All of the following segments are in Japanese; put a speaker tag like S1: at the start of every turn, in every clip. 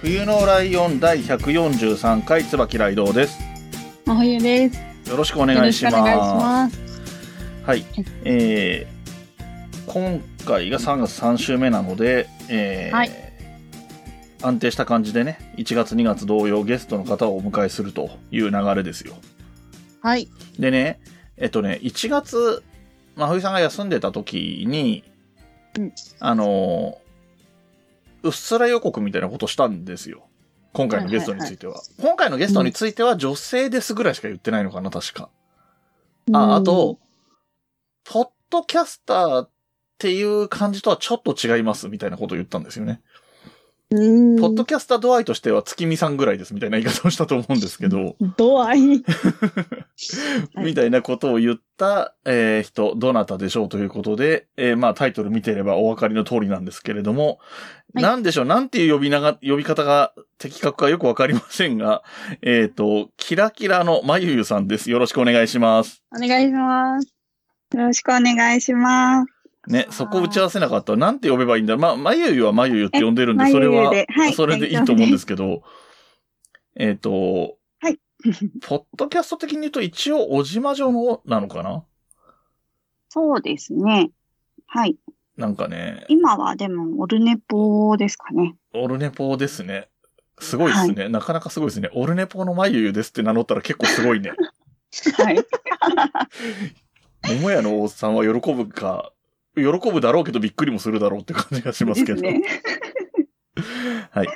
S1: 冬のライオン第143回椿ライドウです
S2: 真冬です。
S1: よろしくお願いします
S2: よろしくお願いします。
S1: はいえー、今回が3月3週目なので、えー
S2: はい
S1: 安定した感じでね1月2月同様ゲストの方をお迎えするという流れですよ
S2: はい。
S1: でねえっとね1月真冬さんが休んでた時に、
S2: うん
S1: あのーうっすら予告みたいなことしたんですよ今回のゲストについては,、今回のゲストについては女性ですぐらいしか言ってないのかな確か
S2: うん
S1: あ、あと、、ポッドキャスターっていう感じとはちょっと違いますみたいなことを言ったんですよね。
S2: うん
S1: ポッドキャスター度合いとしては月見さんぐらいですみたいな言い方をしたと思うんですけど、
S2: 度合い。はい
S1: みたいなことを言った、えー人、どなたでしょうということで、えーまあタイトル見てればお分かりの通りなんですけれども、
S2: はい
S1: なんでしょう、なんていう呼びなが、呼び方が的確かよくわかりませんが、えっ、と、キラキラのまゆゆさんです。よろしくお願いします。
S3: お願いします。よろしくお願いします。
S1: ね
S4: あ、ー
S1: そこ打ち合わせなかったら、なんて呼べばいいんだろう。まあ、まゆゆはまゆゆって呼んでるんで、
S3: え
S1: それは、
S3: まゆゆではい
S1: それでいいと思うんですけど、えっ、と、
S3: はい。
S1: ポッドキャスト的に言うと、一応、小島城の、なのかな
S3: そうですね。はい。
S1: なんかね、
S3: 今はでも、オルネポですかね。
S1: オルネポですね。すごいですね、なかなかすごいですね。オルネポのまゆゆですって名乗ったら結構すごいね。
S3: はい。
S1: 桃屋のおっさんは喜ぶか、喜ぶだろうけどびっくりもするだろうって感じがしますけ
S3: で
S1: ど。
S3: すね。
S1: はい。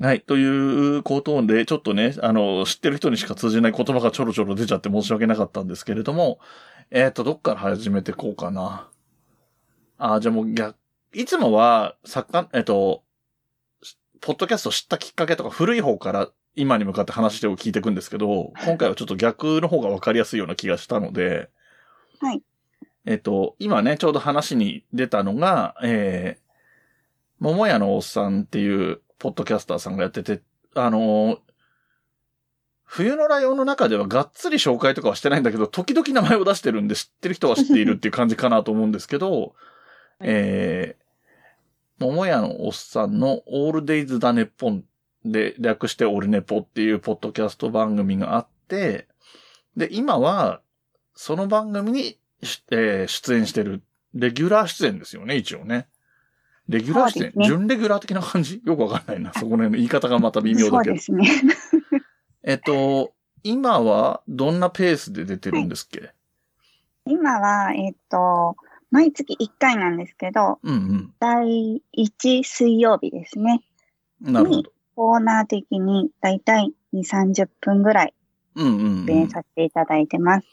S1: はい。ということで、ちょっとね、あの、知ってる人にしか通じない言葉がちょろちょろ出ちゃって申し訳なかったんですけれども、えっ、と、どっから始めていこうかな。あー、じゃあもう逆、いつもは、作家、えっ、と、しポッドキャスト知ったきっかけとか古い方から今に向かって話を聞いていくんですけど、今回はちょっと逆の方がわかりやすいような気がしたので、
S3: はい。
S1: えっ、と、今ね、ちょうど話に出たのが、えー、桃屋のおっさんっていう、ポッドキャスターさんがやってて、あのー冬のライオンの中ではがっつり紹介とかはしてないんだけど、時々名前を出してるんで知ってる人は知っているっていう感じかなと思うんですけ ど、えー、桃屋のおっさんのオールデイズだねっぽんで、略してオルネポっていうポッドキャスト番組があって、で、今は、その番組に、しえー出演してる、レギュラー出演ですよね、一応ね。レギュラー
S3: そう
S1: 出演
S3: で、すね
S1: 準レギュラー的な感じ よくわかんないな。そこら辺の言い方がまた微妙
S3: そ
S1: だ
S3: う
S1: けど
S3: で。すね。
S1: えっと、今はどんなペースで出てるんですっけ、
S3: 今は、えっ、と、毎月1回なんですけど、
S1: うん
S3: 第1水曜日ですね。
S1: うん。なるほど。
S3: コーナー的に、だいたい2、30分ぐらい
S1: うんうん、うん
S3: 出演させていただいてます。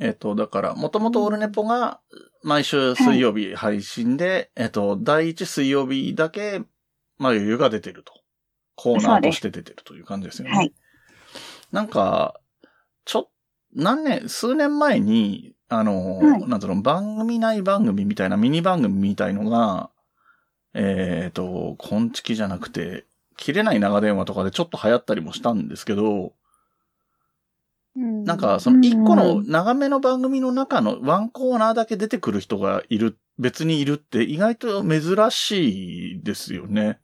S1: えっと、だから、もともとオルネポが毎週水曜日配信で、えっと、第一水曜日だけ、まあ、ゆゆが出てると。コーナーとして出てるという感じですよね。
S3: はい。
S1: なんか、ちょ、何年、数年前に、あの、
S3: はい
S1: なんだろうの、番組内番組みたいな、ミニ番組みたいのが、えっ、と、こんちきじゃなくて、切れない長電話とかでちょっと流行ったりもしたんですけど、なんか、その一個の長めの番組の中のワンコーナーだけ出てくる人がいる、別にいるって意外と珍しいですよね。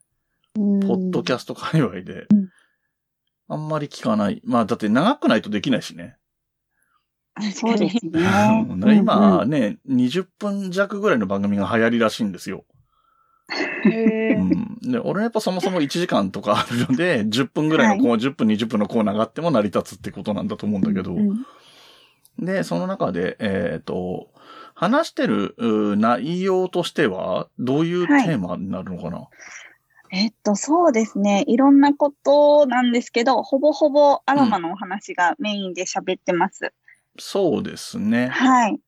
S1: ポッドキャスト界隈で。あんまり聞かない。まあ、だって長くないとできないしね。。
S3: そうですね
S1: だか ら
S3: うんう
S1: 今
S3: ん
S1: ね、20分弱ぐらいの番組が流行りらしいんですよ。
S2: へ
S1: う
S2: ー
S1: ん、で俺やっぱそもそも1時間とかあるので、10分ぐらいのこう、10分20分のコーナーがあっても成り立つってことなんだと思うんだけど。
S3: うん
S1: で、その中で、えっ、と、話してるうー内容としては、どういうテーマになるのかな、
S3: えっと、そうですね。いろんなことなんですけど、ほぼほぼアロマのお話がメインで喋ってます。
S1: そうですね。
S3: はい。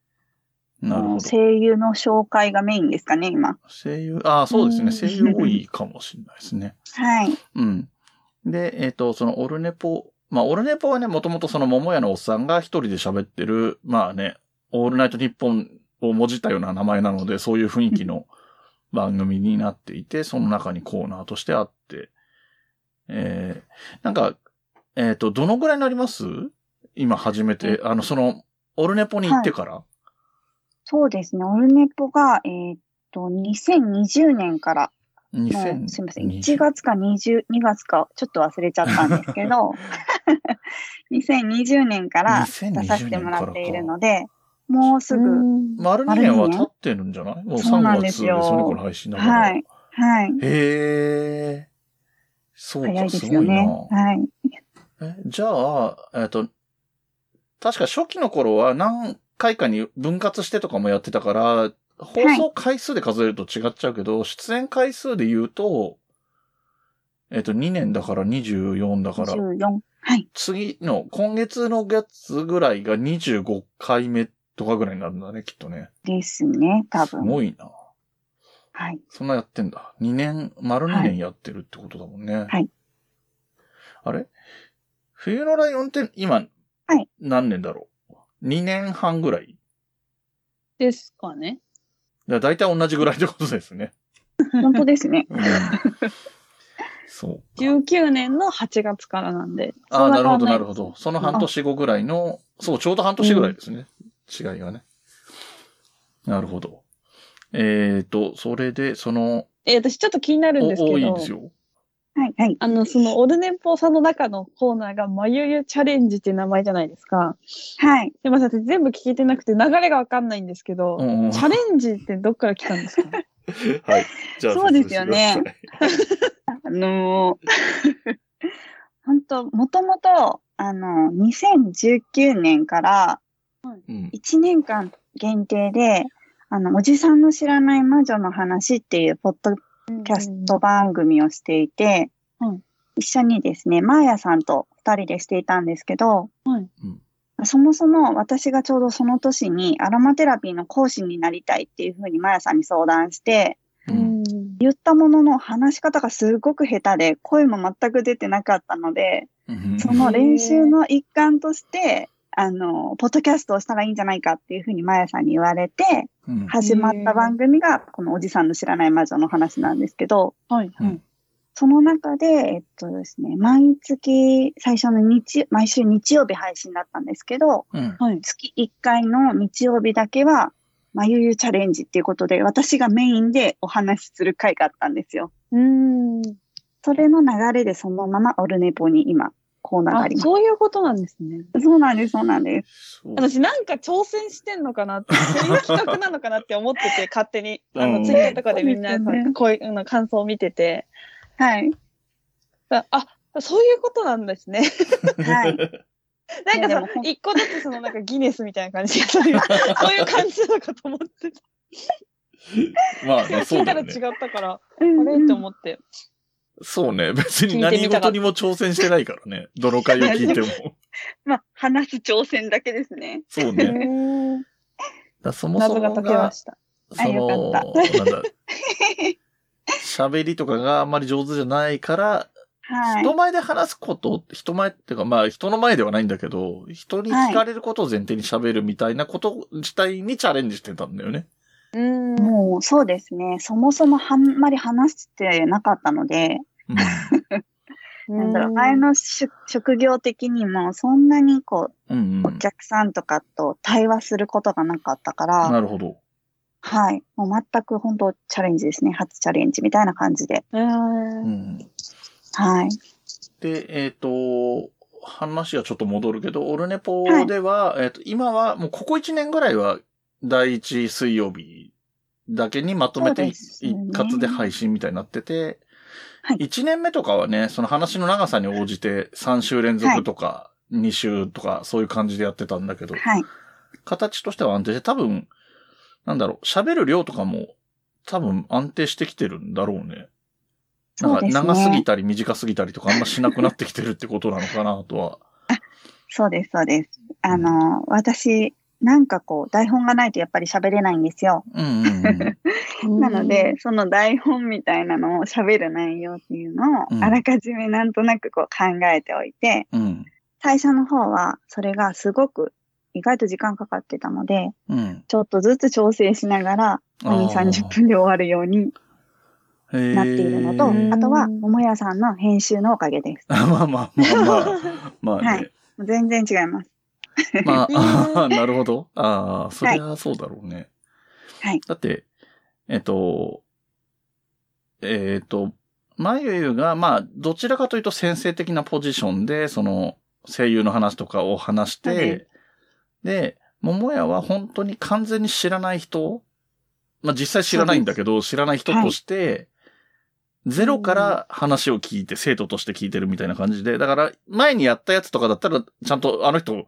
S1: なるほど。
S3: 声優の紹介がメインですかね、今。
S1: 声優、ああ、そうですね。
S2: うん
S1: 声優多いかもしれないですね。
S3: はい。
S1: うん。で、えっ、と、そのオルネポ、まあ、オルネポはね、もともとその桃屋のおっさんが一人で喋ってる、まあね、オールナイトニッポンをもじったような名前なので、そういう雰囲気の番組になっていて、その中にコーナーとしてあって、えー、なんか、えっ、と、どのぐらいになります今初めて、あの、その、オルネポに行ってから、
S3: そうですね。オルネポが、えーっと、2020年から、もうすいません。1月か20、2月か、ちょっと忘れちゃったんですけ ど、2020年から
S1: 2020
S3: 出させてもらっている
S1: 年からか
S3: ので、もうすぐ、
S1: 丸2年は経ってるんじゃないもう
S3: そうな
S1: 3
S3: ん
S1: 月
S3: で
S1: です
S3: す
S1: よ
S3: よ
S1: ね、この配信だから。
S3: はい。はい。
S1: へえ。そう
S3: 早
S1: か、
S3: いですす
S1: ご
S3: よ
S1: いな
S3: ね。。はい。
S1: えじゃあ、えっと、確か初期の頃は何回かに分割してとかもやってたから、放送回数で数えると違っちゃうけど、出演回数で言うと、えっと、2年だから24だから、
S3: 14。はい。
S1: 次の、今月の月ぐらいが25回目とかぐらいになるんだね、きっとね。
S3: ですね、多
S1: す
S3: 分。
S1: ごいな。
S3: はい。
S1: そんなやってんだ。2年、丸2年やってるってことだもんね。
S3: はい
S1: あれ冬のライオンって今、
S3: はい
S1: 何年だろう ?2 年半ぐらい
S2: ですかね。
S1: だいたい同じぐらいってことですね。
S3: 本当です ね。
S1: うんそう。
S2: 19年の8月からなんで。
S1: あ
S2: そ
S1: あ、
S2: ん
S1: なるほ
S2: 変わん
S1: ど、
S2: い
S1: なるほど。その半年後ぐらいの、そう、ちょうど半年ぐらいですね。違いがね。なるほど。えっ、ー、と、それで、その、
S2: えー私ちょっと気になるんです
S1: お多
S2: け
S1: い
S2: ど
S1: んで、すよ。
S3: はい、はい。
S2: あの、その、オルネポさんの中のコーナーが、まゆゆチャレンジって名前じゃないですか。
S3: はい。
S2: でもさ、私全部聞けてなくて、流れがわかんないんですけど、
S1: うんうん
S2: チャレンジってどっから来たんですか
S1: はい。じゃあ、
S3: そうですよね
S1: 説明してください。
S3: あの ー本当、もともと、あの、2019年から
S1: うん。
S3: 1年間限定で、あの、おじさんの知らない魔女の話っていうポッドキャスト番組をしていて、
S2: うん
S3: 一緒にですね、マーヤさんと二人でしていたんですけど、
S2: はい
S1: うん
S3: そもそも私がちょうどその年にアロマテラピーの講師になりたいっていうふうにマーヤさんに相談して、
S2: う
S1: うん
S2: ん。
S3: 言ったものの話し方がすごく下手で、声も全く出てなかったので、
S1: うん
S3: その練習の一環として、あの、ポッドキャストをしたらいいんじゃないかっていうふうにマヤさんに言われて、
S1: うん
S3: 始まった番組が、このおじさんの知らない魔女の話なんですけど、
S2: はい、
S1: う
S2: は
S1: ん
S2: い。
S3: その中で、えっとですね、毎月最初の日、毎週日曜日配信だったんですけど、
S1: うん
S2: はい。
S3: 月1回の日曜日だけは、まゆゆチャレンジっていうことで、私がメインでお話しする回があったんですよ。
S2: うん。
S3: それの流れでそのままオルネポに今コーナーが
S2: あ
S3: あり、ます。
S2: そういうことなんですね。
S3: そうなんです、そうなんです。
S1: そう
S2: 私なんか挑戦してんのかなって、そういう企画なのかなって思って て、勝手に。あ
S1: うん
S2: の、ツイッターとかでみん
S3: そ
S2: な、
S3: うですよね
S2: こういうの感想を見てて、
S3: はい。
S2: あ、そういうことなんですね。
S3: はい。
S2: なんか
S3: いや
S2: さ
S3: でもほ、ん
S2: 一個ずつそのなんかギネスみたいな感じで、 そういう、そういう感じなのかと思ってた。
S1: まあ ね、そ
S2: 聞
S1: う
S2: いた
S1: だよ
S2: ら違
S1: ね。
S2: ったから、あ
S3: うん
S2: れって思って。
S1: そうね、別に
S2: 聞いて
S1: 何
S2: みた
S1: 事
S2: かった
S1: にも挑戦してないから ね。泥会を聞いても。
S3: まあ、話す挑戦だけですね。
S1: そう
S2: へ
S1: ね。
S2: ー
S1: だそもそ
S2: 謎
S1: も
S2: が解けま
S1: が、
S2: した。
S1: その、
S3: よか
S1: なん だ、喋りとかがあんまり上手じゃないから、
S3: はい。
S1: 人前で話すこと、人前っていうか、まあ人の前ではないんだけど、人に聞かれることを前提に喋るみたいなこと自体にチャレンジしてたんだよね。
S2: うん。
S3: もうそうですね。そもそもはんまり話してなかったので、
S1: うん
S3: なんだろう、前の職職業的にもそんなにこ
S1: うん
S3: う、
S1: う
S3: お
S1: ん。
S3: 客さんとかと対話することがなかったから、
S1: なるほど。
S3: はい。もう全く本当チャレンジですね。初チャレンジみたいな感じで。
S2: うん。
S1: うん
S3: はい。
S1: で、えっ、と、話はちょっと戻るけど、オルネポでは、えっ、と、今は、もうここ1年ぐらいは、第1水曜日だけにまとめて
S3: そうで
S1: 一
S3: すよね
S1: 括で配信みたいになってて、
S3: はい
S1: 1年目とかはね、その話の長さに応じて3週連続とか、2週とか、そういう感じでやってたんだけど、
S3: はい。
S1: 形としては安定して、多分、なんだろう、喋る量とかも、多分安定してきてるんだろうね。なん
S3: そう
S1: か
S3: ですね。
S1: 長すぎたり短すぎたりとかあんましなくなってきてるってことなのかなとは。
S3: そうです、そうです。あの、私、なんかこう、台本がないとやっぱり喋れないんですよ。
S1: うんうんうん。
S3: なので、その台本みたいなのを喋る内容っていうのを
S1: う、ん
S3: あらかじめなんとなくこう考えておいて、
S1: うん。
S3: 最初の方はそれがすごく意外と時間かかってたので、
S1: うん。
S3: ちょっとずつ調整しながら、2、30分で終わるように
S1: 分
S3: なっているのと、
S2: へー
S3: あとは、桃屋さんの編集のおかげです。
S1: まあまあまあまあ。まあ、ね
S3: はい全然違います。
S1: ま
S2: い
S1: あ、
S2: や
S1: なるほど。ああ、そりゃそうだろうね。
S3: はい
S1: だって、えっと、えっと、まゆゆが、まあ、どちらかというと先生的なポジションで、その、声優の話とかを話して、
S3: そうで
S1: で、桃屋は本当に完全に知らない人まあ実際知らないんだけど、知らない人として、ゼロから話を聞いて、生徒として聞いてるみたいな感じで、だから、前にやったやつとかだったら、ちゃんとあの人、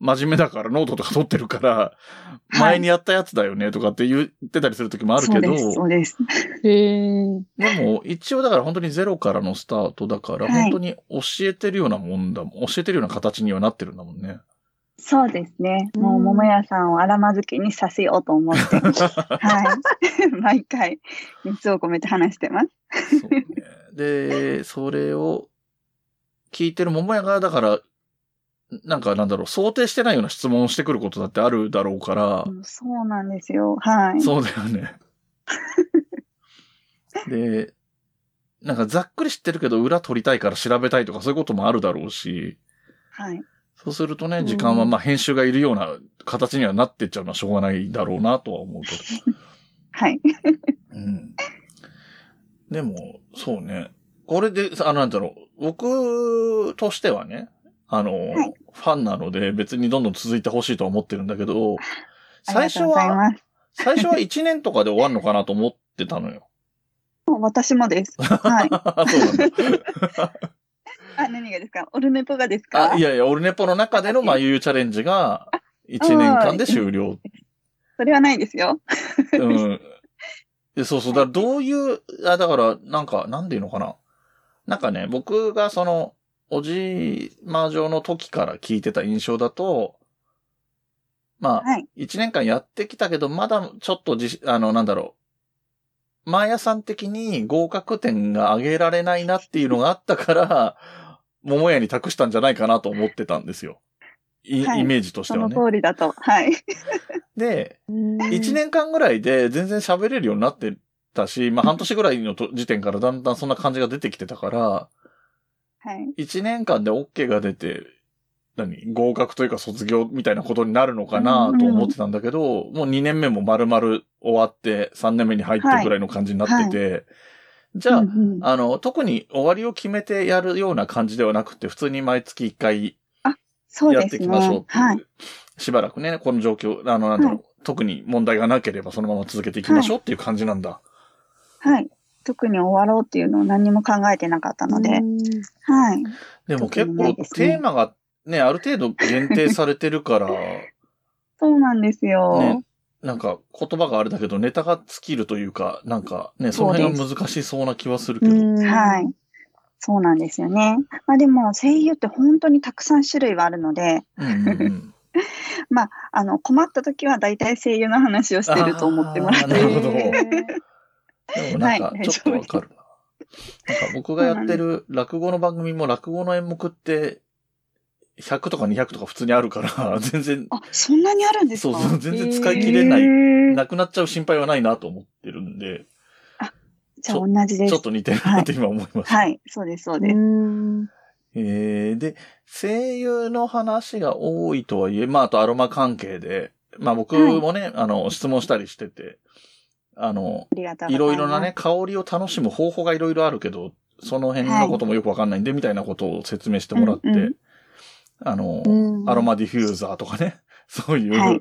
S1: 真面目だからノートとか取ってるから、
S3: はい
S1: 前にやったやつだよねとかって言ってたりする時もある
S3: そ
S1: け
S3: う
S1: ど、
S3: です、そうです。
S2: へえ。
S1: でも一応だから本当にゼロからのスタートだから、
S3: はい
S1: 本当に教えてるようなもんだもん、教えてるような形にはなってるんだもん ね。
S3: そうですね。もう、
S2: うん
S3: 桃屋さんを荒まずきにさせようと思 って。はい。 毎回、熱を込めて話してます。
S1: そうね。で、それを聞いてる桃屋が、だから、なんかなんだろう、想定してないような質問をしてくることだってあるだろうから、
S3: もうそうなんですよ。はい。
S1: そうだよ ね。で、なんかざっくり知ってるけど、裏取りたいから調べたいとかそういうこともあるだろうし、
S3: はい。
S1: そうするとね、
S2: ん
S1: 時間はまあ編集がいるような形にはなってっちゃうのはしょうがないだろうなとは思うけど。
S3: はい。
S1: うん。でも、そうね。これで、あ、なんだろう。僕としてはね、あの、
S3: はい
S1: ファンなので別にどんどん続いてほしいとは思ってるんだけど、最
S3: ありが
S1: 初
S3: とうござい
S1: は、
S3: ます。
S1: 最初は1年とかで終わるのかなと思ってたのよ。
S3: もう私も です。はい。
S1: あそうなんだ。
S3: あ、何がですかオルネポがですか
S1: あ、いやいや、オルネポの中での、まあ、ゆうチャレンジが、1年間で終了。
S3: それはないですよ。
S1: うん。でそうそう。だからどういう、あ、だから、なんか、なんでいうのかな。なんかね、僕がその、おじいまじょの時から聞いてた印象だと、まあ、
S3: はい。
S1: 一年間やってきたけど、まだちょっとじ、あの、なんだろう。マーヤさん的に合格点が上げられないなっていうのがあったから、桃屋に託したんじゃないかなと思ってたんですよ。い
S3: はい
S1: イメージとして
S3: そ
S1: は
S3: の
S1: ね。
S3: 通りだと。はい。
S1: で、
S2: 一。
S1: 一年間ぐらいで全然喋れるようになってたし、まあ半年ぐらいのと時点からだんだんそんな感じが出てきてたから、
S3: はい。
S1: 一年間で OK が出て、何合格というか卒業みたいなことになるのかなと思ってたんだけど、もう2年目も丸々終わって3年目に入ったぐらいの感じになってて、じゃあ、
S3: うんうん
S1: あの、特に終わりを決めてやるような感じではなくて、普通に毎月1回
S3: そう
S1: やっ
S3: で
S1: て
S3: す
S1: いきましょうっ
S3: ね。
S1: ていう
S3: はい。
S1: しばらくね、この状況、あの、なんだろう、
S3: は
S1: 特に問題がなければそのまま続けていきましょうっていう感じなんだ。
S3: はい。特に終わろうっていうのを何にも考えてなかったので。はい。
S1: でも
S3: 特
S1: 結
S3: にな
S1: 構
S3: いですね
S1: テーマがね、ある程度限定されてるから、
S3: そうなんですよ。
S1: ね、なんか言葉があれだけどネタが尽きるというか、なんかね、その辺が難しそうな気はするけど。
S3: はいい。そうなんですよね。まあでも声優って本当にたくさん種類はあるので、
S1: うんうんうん
S3: あの困った時は大体声優の話をしてると思ってもら
S1: あ
S3: っ
S1: ーなるほど
S2: へ
S1: でもなんか
S3: はい
S1: ちょっとわかるな。なんか僕がやってる落語の番組も落語の演目って100とか200とか普通にあるから、 全然、
S3: あ、そんなにあるんです
S1: そ
S3: か
S1: うそう、全然使い切れない、
S3: れい。
S1: なくなっちゃう心配はないなと思ってるんで、
S3: じゃあ同じで
S1: ちょ
S3: す
S1: っ。と似てるなって今思いました。
S3: はい、そうです、そう
S2: ー
S3: です。
S2: うん
S1: えー、で、声優の話が多いとはいえ、まあ、あとアロマ関係で、まあ僕もね、あの、質問したりしてて、あの、
S3: ありがとう
S1: い
S3: ご
S1: ろ
S3: ざ
S1: い
S3: います。
S1: ろなね、香りを楽しむ方法がいろいろあるけど、その辺のこともよくわかんないんで、みたいなことを説明してもらって、
S3: うんうん
S1: あの、
S2: うん
S1: アロマディフューザーとかね、 そういう、
S3: はい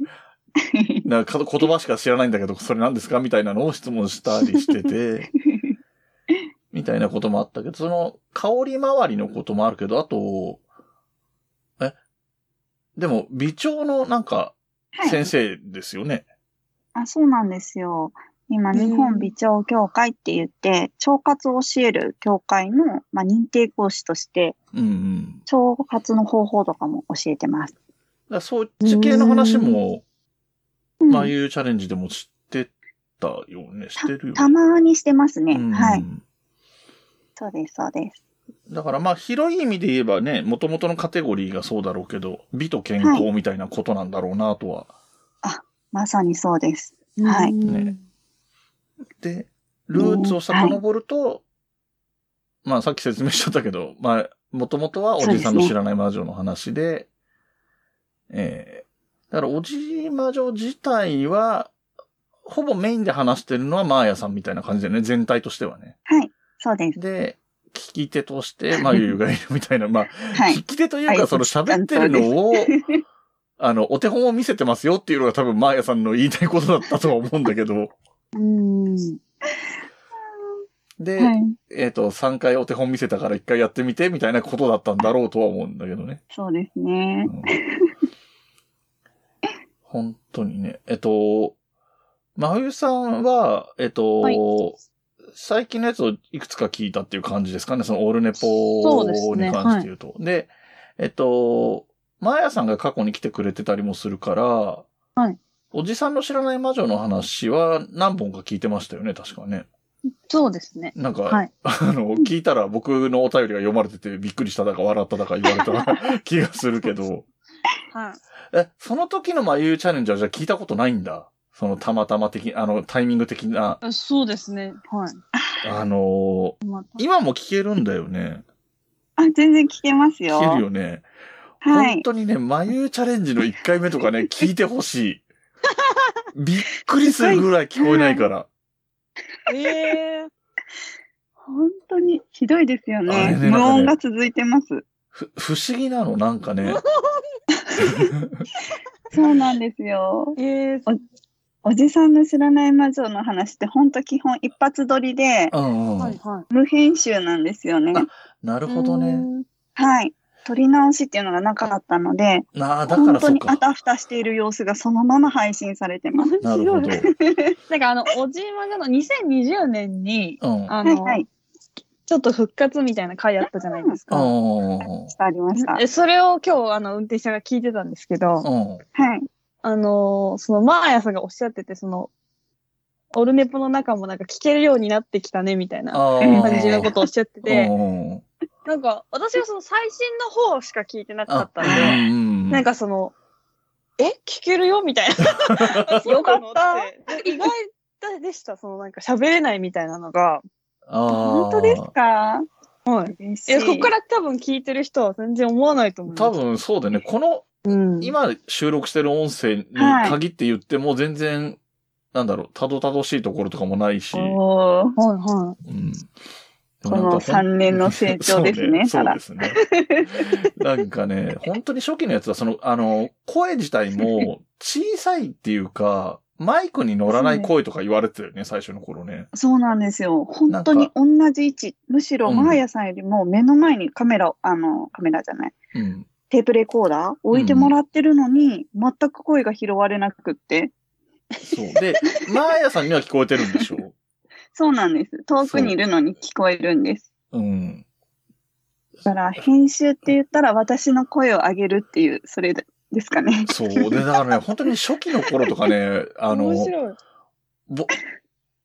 S1: なんか言葉しか知らないんだけど、それ何ですかみたいなのを質問したりして て、みたいなこともあったけど、その、香り周りのこともあるけど、あと、え、でも、微調のなんか、
S3: はい
S1: 先生ですよね。
S3: あ、そうなんですよ。今、日本美聴協会って言って、腸活を教える協会の、まあ、認定講師として、
S1: うんうん。
S3: 腸活の方法とかも教えてます。
S1: らそういう地形の話も、まあいうチャレンジでも知ってたよね。知ってるよ
S3: た
S1: ね。
S3: まにしてますね。
S1: うん
S3: はい。そうです、そうです。
S1: だからまあ広い意味で言えばね、元々のカテゴリーがそうだろうけど、美と健康みたいなことなんだろうなとは。
S3: まさにそうです。はい
S1: ねで、ルーツを遡ると、まあさっき説明しちゃったけど、まあ、もともとはおじさんの知らない魔女の話で、ええだからおじい魔女自体は、ほぼメインで話してるのはマーヤさんみたいな感じだよね、全体としてはね。
S3: そう です。
S1: で、聞き手として、まあ、ゆゆがいるみたいな、まあ、
S3: はい
S1: 聞。き手という
S3: は
S1: か、
S3: い
S1: その喋ってるのを、 あの、お手本を見せてますよっていうのが多分マーヤさんの言いたいことだったとは思うんだ けど、
S2: うん。
S1: で、
S3: はい。
S1: えっ、と、3回お手本見せたから1回やってみて、みたいなことだったんだろうとは思うんだけどね。
S3: そうですね
S1: う。ん 本当にね。えっと、まゆさんは、えっと、
S2: はい
S1: 最近のやつをいくつか聞いたっていう感じですかね。そのオールネ
S2: そうです
S1: ポ
S2: ね
S1: に関して言うと。でえっと、まやさんが過去に来てくれてたりもするから、
S2: はい
S1: おじさんの知らない魔女の話は何本か聞いてましたよね、確かね。
S2: そうですね。
S1: なんか、
S2: はい
S1: あの、聞いたら僕のお便りが読まれててびっくりしただか笑っただか言われた 気がするけど。
S2: はい。
S1: え、その時の眉チャレンジはじゃあ聞いたことないんだ。そのたまたま的、あの、タイミング的な、
S2: あそうですね。はい。
S1: あのー今も聞けるんだよね。
S3: あ、全然聞けますよ。
S1: 聞けるよね。
S3: はい
S1: 本。当にね、眉チャレンジの1回目とかね、聞いてほしい。びっくりするぐらい聞こえないから。
S2: ええ
S3: 本当にひどいですよ
S1: あれ
S3: ね。
S1: ね
S3: 無音が続いてます。
S1: ふ、不思議なの、なんかね。
S3: そうなんですよ。
S2: ええ
S3: おじさんの知らない魔女の話って本当基本一発撮りで
S1: うんうん。
S2: はいは
S3: 無編集なんですよね。
S1: なる
S2: い。
S1: ほどね。
S3: はい。撮り直しっていうのがなかったので、
S1: なあ、だか
S3: 本
S1: ら
S3: 当
S1: そう
S3: に
S1: か
S3: あ。たふたしている様子がそのまま配信されてます。
S1: なるほど。
S2: なんかあの、おじいまがの2020年に、
S1: うん。
S2: あ
S3: はい
S2: の、
S3: はい。
S2: ちょっと復活みたいな回あったじゃないですか。
S1: うん
S3: 伝わりました。
S2: えそれを今日、あの、運転手さんが聞いてたんですけど、
S1: うん。
S3: はい。
S2: あのーその、マーヤさんがおっしゃってて、その、オルネポの中もなんか聞けるようになってきたね、みたいな
S1: あー
S2: 感じのことをおっしゃってて、
S1: うんうん
S2: なんか、私はその最新の方しか聞いてなか
S1: あ
S2: った
S1: うん
S2: で、
S1: ん
S2: なん
S1: か、
S2: かその、え聞けるよみたい な。よかった。意外でした、そのなんか喋れないみたいなのが。
S3: 本当ですか
S2: はい。
S3: 嬉しい。
S2: え、ここから多分聞いてる人は全然思わないと思う。
S1: 多。分そうだよね。この、
S2: うん。
S1: 今収録してる音声に
S3: はい
S1: 限って言っても全然、なんだろう、たどたどしいところとかもないし。
S3: おー
S2: はいは
S1: うん
S3: この三年の成長ですね
S1: そうねそうですね。なんかね、本当に初期のやつは、その、あの、声自体も小さいっていうか、マイクに乗らない声とか言われてたよね、最初の頃ね。
S3: そうなんですよ。本当に同じ位置。むしろ、
S1: うん
S3: マーヤさんよりも目の前にカメラ、あの、カメラじゃない。
S1: うん。
S3: テープレコーダー置いてもらってるのに、全く声が拾われなくって。
S1: そう。で、マーヤさんには聞こえてるんでしょ
S3: そうなんです。遠くにいるのに聞こえるんです。
S1: うん。
S3: だから、編集って言ったら、私の声を上げるっていう、それですか ね。
S1: そう。で、だからね、本当に初期の頃とかね、
S2: い。
S1: あの
S2: 面、白い。
S1: ぼ、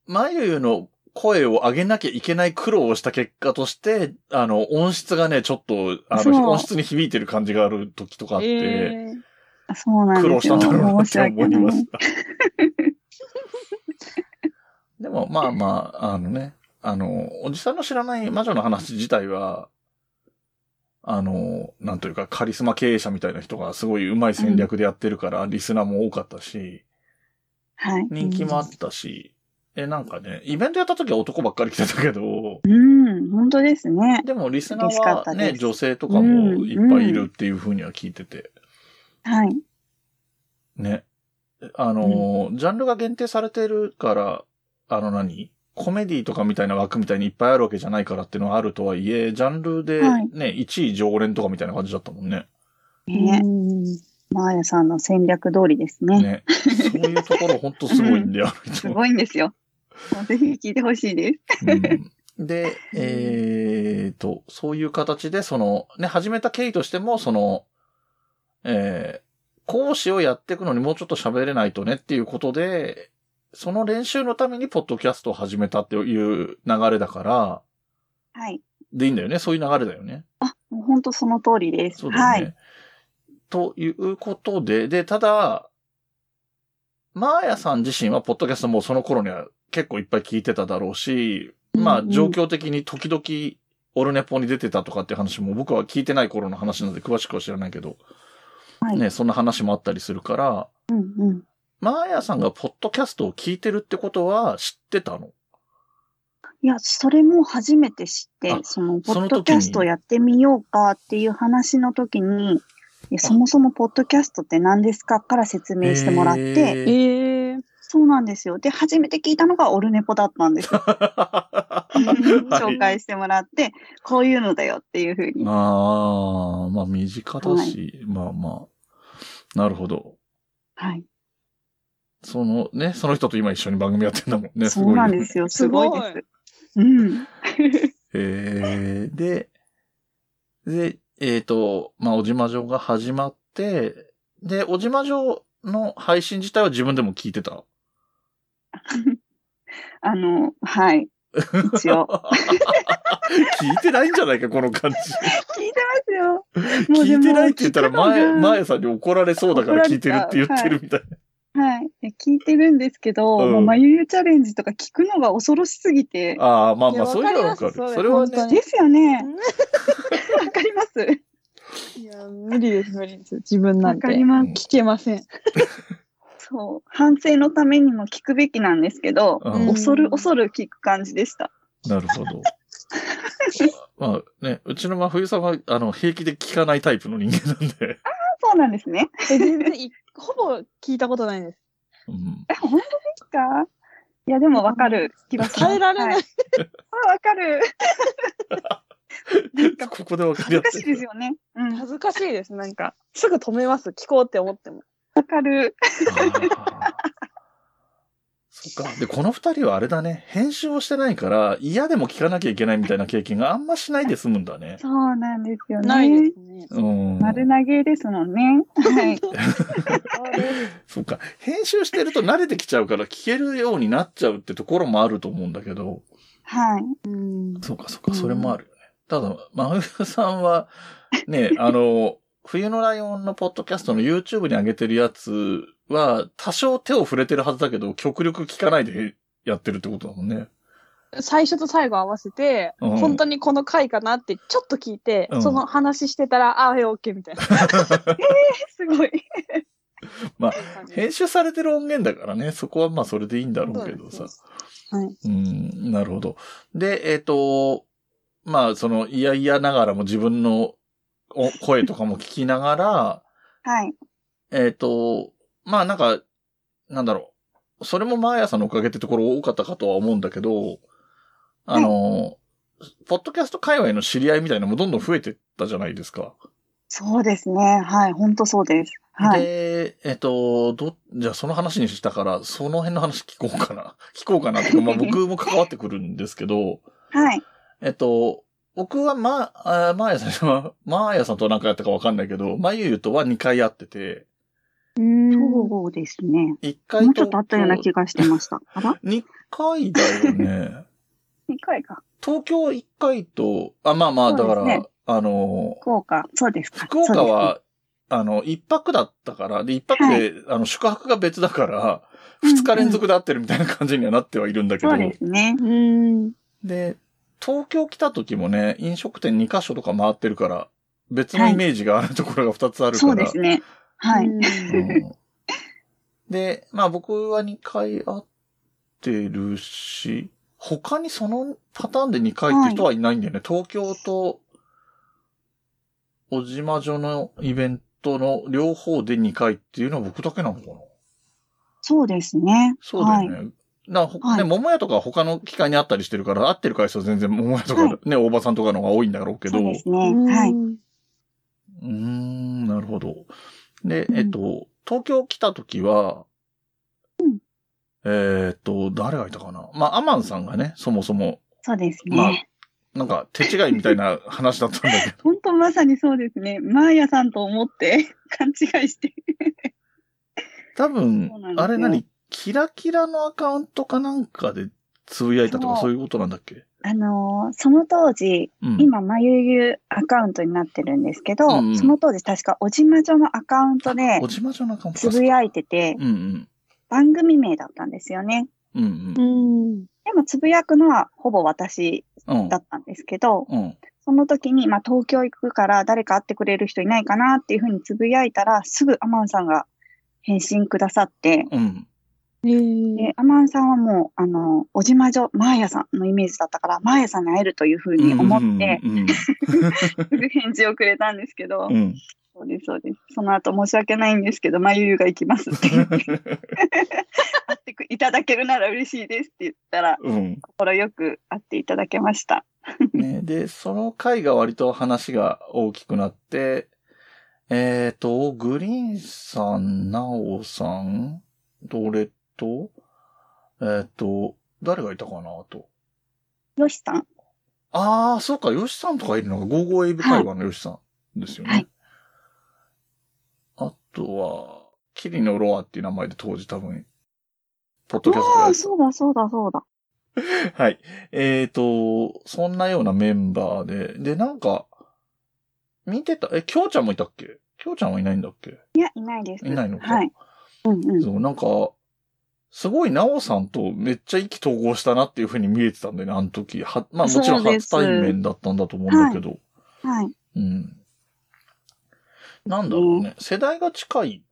S1: まゆゆの声を上げなきゃいけない苦労をした結果として、あの、音質がね、ちょっと、あ
S3: そう
S1: の、音質に響いてる感じがある時とかあって、
S2: えー
S3: そうなん
S1: 苦労
S3: です
S1: した
S3: よ。
S1: んだろうな
S3: 申
S1: っ
S3: して
S1: 思
S3: 訳
S1: いま
S3: ない
S1: し。た。でも、まあまあ、あのね、あの、おじさんの知らない魔女の話自体は、あの、なんというか、カリスマ経営者みたいな人がすごい上手い戦略でやってるから、リスナーも多かったし、
S3: はい。
S1: 人気もあったし、え、なんかね、イベントやった時は男ばっかり来てたけど、
S3: うん、本当ですね。
S1: でもリスナ
S3: 嬉しか
S1: ー
S3: っ
S1: は
S3: た
S1: ね、
S3: です
S1: 女性とかもいっぱいいるっていう風には聞いてて、
S3: はい。
S1: ね。あのー、ジャンルが限定されてるから、あの何コメディとかみたいな枠みたいにいっぱいあるわけじゃないからっていうのはあるとはいえ、ジャンルで
S3: はい
S1: ね、1位常連とかみたいな感じだったもんね。
S3: ね、マーヤさんの戦略通りですね。
S1: ね。そういうところほんとすごいんだよ、あの
S3: す
S1: 人
S3: ごいんですよ。もうぜひ聞いてほしいです。
S1: うんで、えーと、そういう形で、その、ね、始めた経緯としても、その、えー講師をやっていくのにもうちょっと喋れないとねっていうことで、その練習のためにポッドキャストを始めたっていう流れだから、
S3: はい。
S1: でいいんだよね。そういう流れだよね。
S3: あ、もう本当その通りです。
S1: そうだ
S3: は
S1: よね。
S3: い。
S1: ということで、で、ただ、マーヤさん自身は、ポッドキャストもその頃には結構いっぱい聞いてただろうし、
S3: う
S1: まあ、
S3: んうん
S1: 状況的に時々、オルネポに出てたとかっていう話も僕は聞いてない頃の話なので詳しくは知らないけど、
S3: はい
S1: ね、そんな話もあったりするから、
S3: うんうん。
S1: マーヤさんがポッドキャストを聞いてるってことは知ってたの
S3: いや、それも初めて知って
S1: あ、
S3: その、
S1: そ
S3: ポ
S1: の時に
S3: ッドキャストやってみようかっていう話の時に、いやそもそもポッドキャストって何ですかから説明してもらって、
S1: え ー
S2: ええー。
S3: そうなんですよ。で、初めて聞いたのがオルネポだったん ですよ。
S1: は
S3: 紹
S1: い
S3: 介してもらって、こういうのだよっていうふうに。
S1: ああ、まあ身近だし、まあまあ。なるほど。
S3: はい。
S1: そのね、その人と今一緒に番組やってんだもんね。す
S3: そ
S1: ご
S3: う
S1: い
S3: なん
S1: ね。
S3: ですよ。
S2: す
S3: す
S2: ご
S3: ご
S2: い
S3: いです。うん。
S1: えー、で、で、えっ、と、まあ、おじまじょうが始まって、で、おじまじょうの配信自体は自分でも聞いてた。
S3: あの、はい。 一応。
S1: 聞いてないんじゃないか、この感じ。
S3: 聞いてますよ。もうで
S1: 聞い
S3: も
S1: てないって言ったら、
S3: 聞くのが
S1: 前、前さんに怒られそうだから聞いてるって言ってるみたいな。
S3: はい。いや聞いてるんですけど、
S1: うん
S3: もう眉ゆチャレンジとか聞くのが恐ろしすぎて。
S1: ああ、まあまあ、
S2: いや
S1: そういうのはわかる。
S2: わかります
S1: それはね
S2: そ、うです
S3: ですよね。わかります。
S2: いや、無理です、無理です。自分な
S3: わ
S2: ん
S3: か
S2: て
S3: り。ます。
S2: 聞けません。
S3: そう。反省のためにも聞くべきなんですけど、
S1: うん
S2: うん
S3: 恐る恐る聞く感じでした。
S1: なるほど。まあね、うちの真冬さんは、あの、平気で聞かないタイプの人間なんで。
S3: そうなんですね。
S2: え全然い、 ほぼ聞いたことないです。
S1: うん、
S3: え本当ですかいや、でもわかる気がする。
S2: 耐えられない
S3: はあ、わか る。なんか
S1: ここで分か
S3: 恥
S1: り合っ
S3: ずかしい
S1: て
S3: ですよね。うん、
S2: 恥ずかしいです、なんか。すぐ止めます、聞こうって思っても。
S3: わかる。
S1: あーそっか。で、この二人はあれだね。編集をしてないから、嫌でも聞かなきゃいけないみたいな経験があんましないで済むんだね。
S3: そうなんですよね。
S2: ないですね。
S1: うん。
S3: 丸投げですもんね。はい。
S2: そうです
S1: そっか。編集してると慣れてきちゃうから、聞けるようになっちゃうってところもあると思うんだけど。
S3: はい。
S2: うん。
S1: そうか、そうか、それもあるよね。ただ、真冬さんは、 ね、あの、冬のライオンのポッドキャストの YouTube に上げてるやつは、多少手を触れてるはずだけど、極力聞かないでやってるってことだもんね。
S2: 最初と最後合わせて、
S1: うん
S2: 本当にこの回かなってちょっと聞いて、
S1: うん
S2: その話してたら、ああ、え、OK みたいな
S3: すごい。
S2: 感 じ。
S1: 編集されてる音源だからね、そこはまあそれでいいんだろうけど
S2: そ
S1: さ
S2: うで。すはい。
S1: うん、なるほど。で、えっ、と、まあその、いやいやながらも自分のお声とかも聞きながら、
S3: はい。
S1: えっ、と、まあなんか、なんだろう。それもマーヤさんのおかげってところ多かったかとは思うんだけど、あの、ポッドキャスト界隈の知り合いみたいなのもどんどん増えてったじゃないですか。
S3: そうですね。はい。本当そうです。はい。
S1: で、えっ、と、ど、じゃあその話にしたから、その辺の話聞こうかな。 聞こうかなっていうか、まあ僕も関わってくるんですけど、
S3: はい。
S1: えっと、僕はまあ、あーマーヤさんは、マーヤさんと何回やったかわかんないけど、マユユとは2回やってて、
S2: うん。
S3: そうですね。
S1: 1回
S3: もうちょっとあったような気がしてました。あら
S1: 2回だよね。
S3: ?2 回か。
S1: 東京1回と、あ、まあまあ、だか
S3: そ
S1: ら、
S3: うですね
S1: あの、
S3: 福岡。そうですか。
S1: 福岡
S3: そう
S1: は、あの、一泊だったから、で、一泊で、
S3: は
S1: あの、宿泊が別だから、
S3: うんうん
S1: 二日連続で会ってるみたいな感じにはなってはいるんだ
S3: です
S1: けど、
S3: ね。そうですね。
S2: うん。
S1: で、東京来た時もね、飲食店2カ所とか回ってるから、別のイメージがあるところが2つあるか
S3: そ
S1: ら、
S3: うですね。はい。
S1: うんで、まあ僕は2回会ってるし、他にそのパターンで2回って人はいないんだよね。東京と、小島女のイベントの両方で2回っていうのは僕だけなのかな
S3: そうですね。
S1: そうだよ
S3: はい。
S1: ね。なほ
S3: は
S1: ね、
S3: い
S1: 桃屋とかは他の機会にあったりしてるから、会ってる回数は全然桃屋とか、
S3: はい
S1: ね、大場さんとかの方が多いんだろうけど。
S3: そうですね。
S2: うん
S3: はい。。
S1: うーん、なるほど。で、えっと、東京来た時は、
S3: うん
S1: えーっと、誰がいたかなまあ、アマンさんがね、そもそも、
S3: そうです
S1: まあ
S3: ね。
S1: なんか手違いみたいな話だったん だけど。
S3: 本当まさにそうですね。マーヤさんと思って 勘違いして。
S1: 多分
S3: そうなん、ですよ
S1: あれ何キラキラのアカウントかなんかでつぶやいたとか
S3: そう
S1: そういうことなんだっけ
S3: あのーその当時、
S1: うん。
S3: 今、まゆゆアカウントになってるんですけど、
S1: うんうん
S3: その当時確か、おじまじょのアカウントで
S1: おじまじょのアカウント
S3: つ
S1: か
S3: ぶやいてて、
S1: うんうん。
S3: 番組名だったんですよね。
S1: うん
S2: うん。
S3: でも、つぶやくのはほぼ私
S1: うん。うん
S3: だ。ったんですけど、
S1: うん。
S3: その時に、まあ、東京行くから誰か会ってくれる人いないかなっていうふうにつぶやいたら、すぐアマンさんが返信くださって、
S1: うん。
S2: えー
S3: で、アマンさんはもう、あの、おじまじょ、マーヤさんのイメージだったから、マーヤさんに会えるというふうに思って、
S1: うん
S3: すぐ返事をくれたんですけど
S1: うん、うん。
S3: そうです、そうです。その後、申し訳ないんですけど、まゆゆが行きますって言って、 会ってくいただけるなら嬉しいですって言ったら、
S1: うん。
S3: 心よく会っていただけました。
S1: ね、で、その回が割と話が大きくなって、えっ、と、グリーンさん、ナオさん、どれと、えっ、と、誰がいたかなと。
S3: よしさん、
S1: ああ、そうか、ヨシさんとかいるのが、55エイブ会話のヨシさんですよね。
S3: はい
S1: あとは、キリのロアっていう名前で当時多分、ポッドキャストやってた
S3: うだそうだそうだ。
S1: はい。えっ、と、そんなようなメンバーで、で、なんか、見てた、え、きょうちゃんもいたっけきょうちゃんはいないんだっけ
S3: いや、いないです。
S1: いないのか
S3: はい。うんうん。
S1: そう、なんか、すごい、なおさんとめっちゃ意気投合したなっていうふうに見えてたんだよね、あの時。は、まあもちろん
S3: そうです
S1: 初対面だったんだと思うんだけど。
S3: はい。
S1: うん。なんだろうね。世代が近い。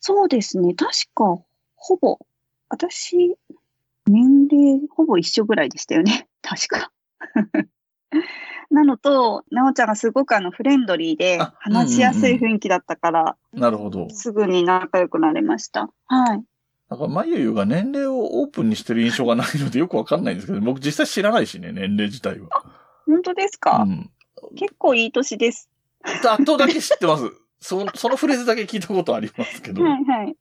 S3: そうですね。確か、ほぼ、私、年齢、ほぼ一緒ぐらいでしたよね。 確か。なのと、なおちゃんがすごくあのフレンドリーで
S1: あ、
S3: 話しやすい雰囲気だったから、
S1: なるほど。
S3: すぐに仲良くなれました。はい。
S1: なんか、まゆゆが年齢をオープンにしてる印象がないのでよくわかんないんですけど、僕実際知らないしね、年齢自体は。
S3: 本当ですか
S1: う、ん。
S3: 結構いい年です。
S1: だとだけ知ってます。そそのフレーズだけ聞いたことありますけど。
S3: はいはい。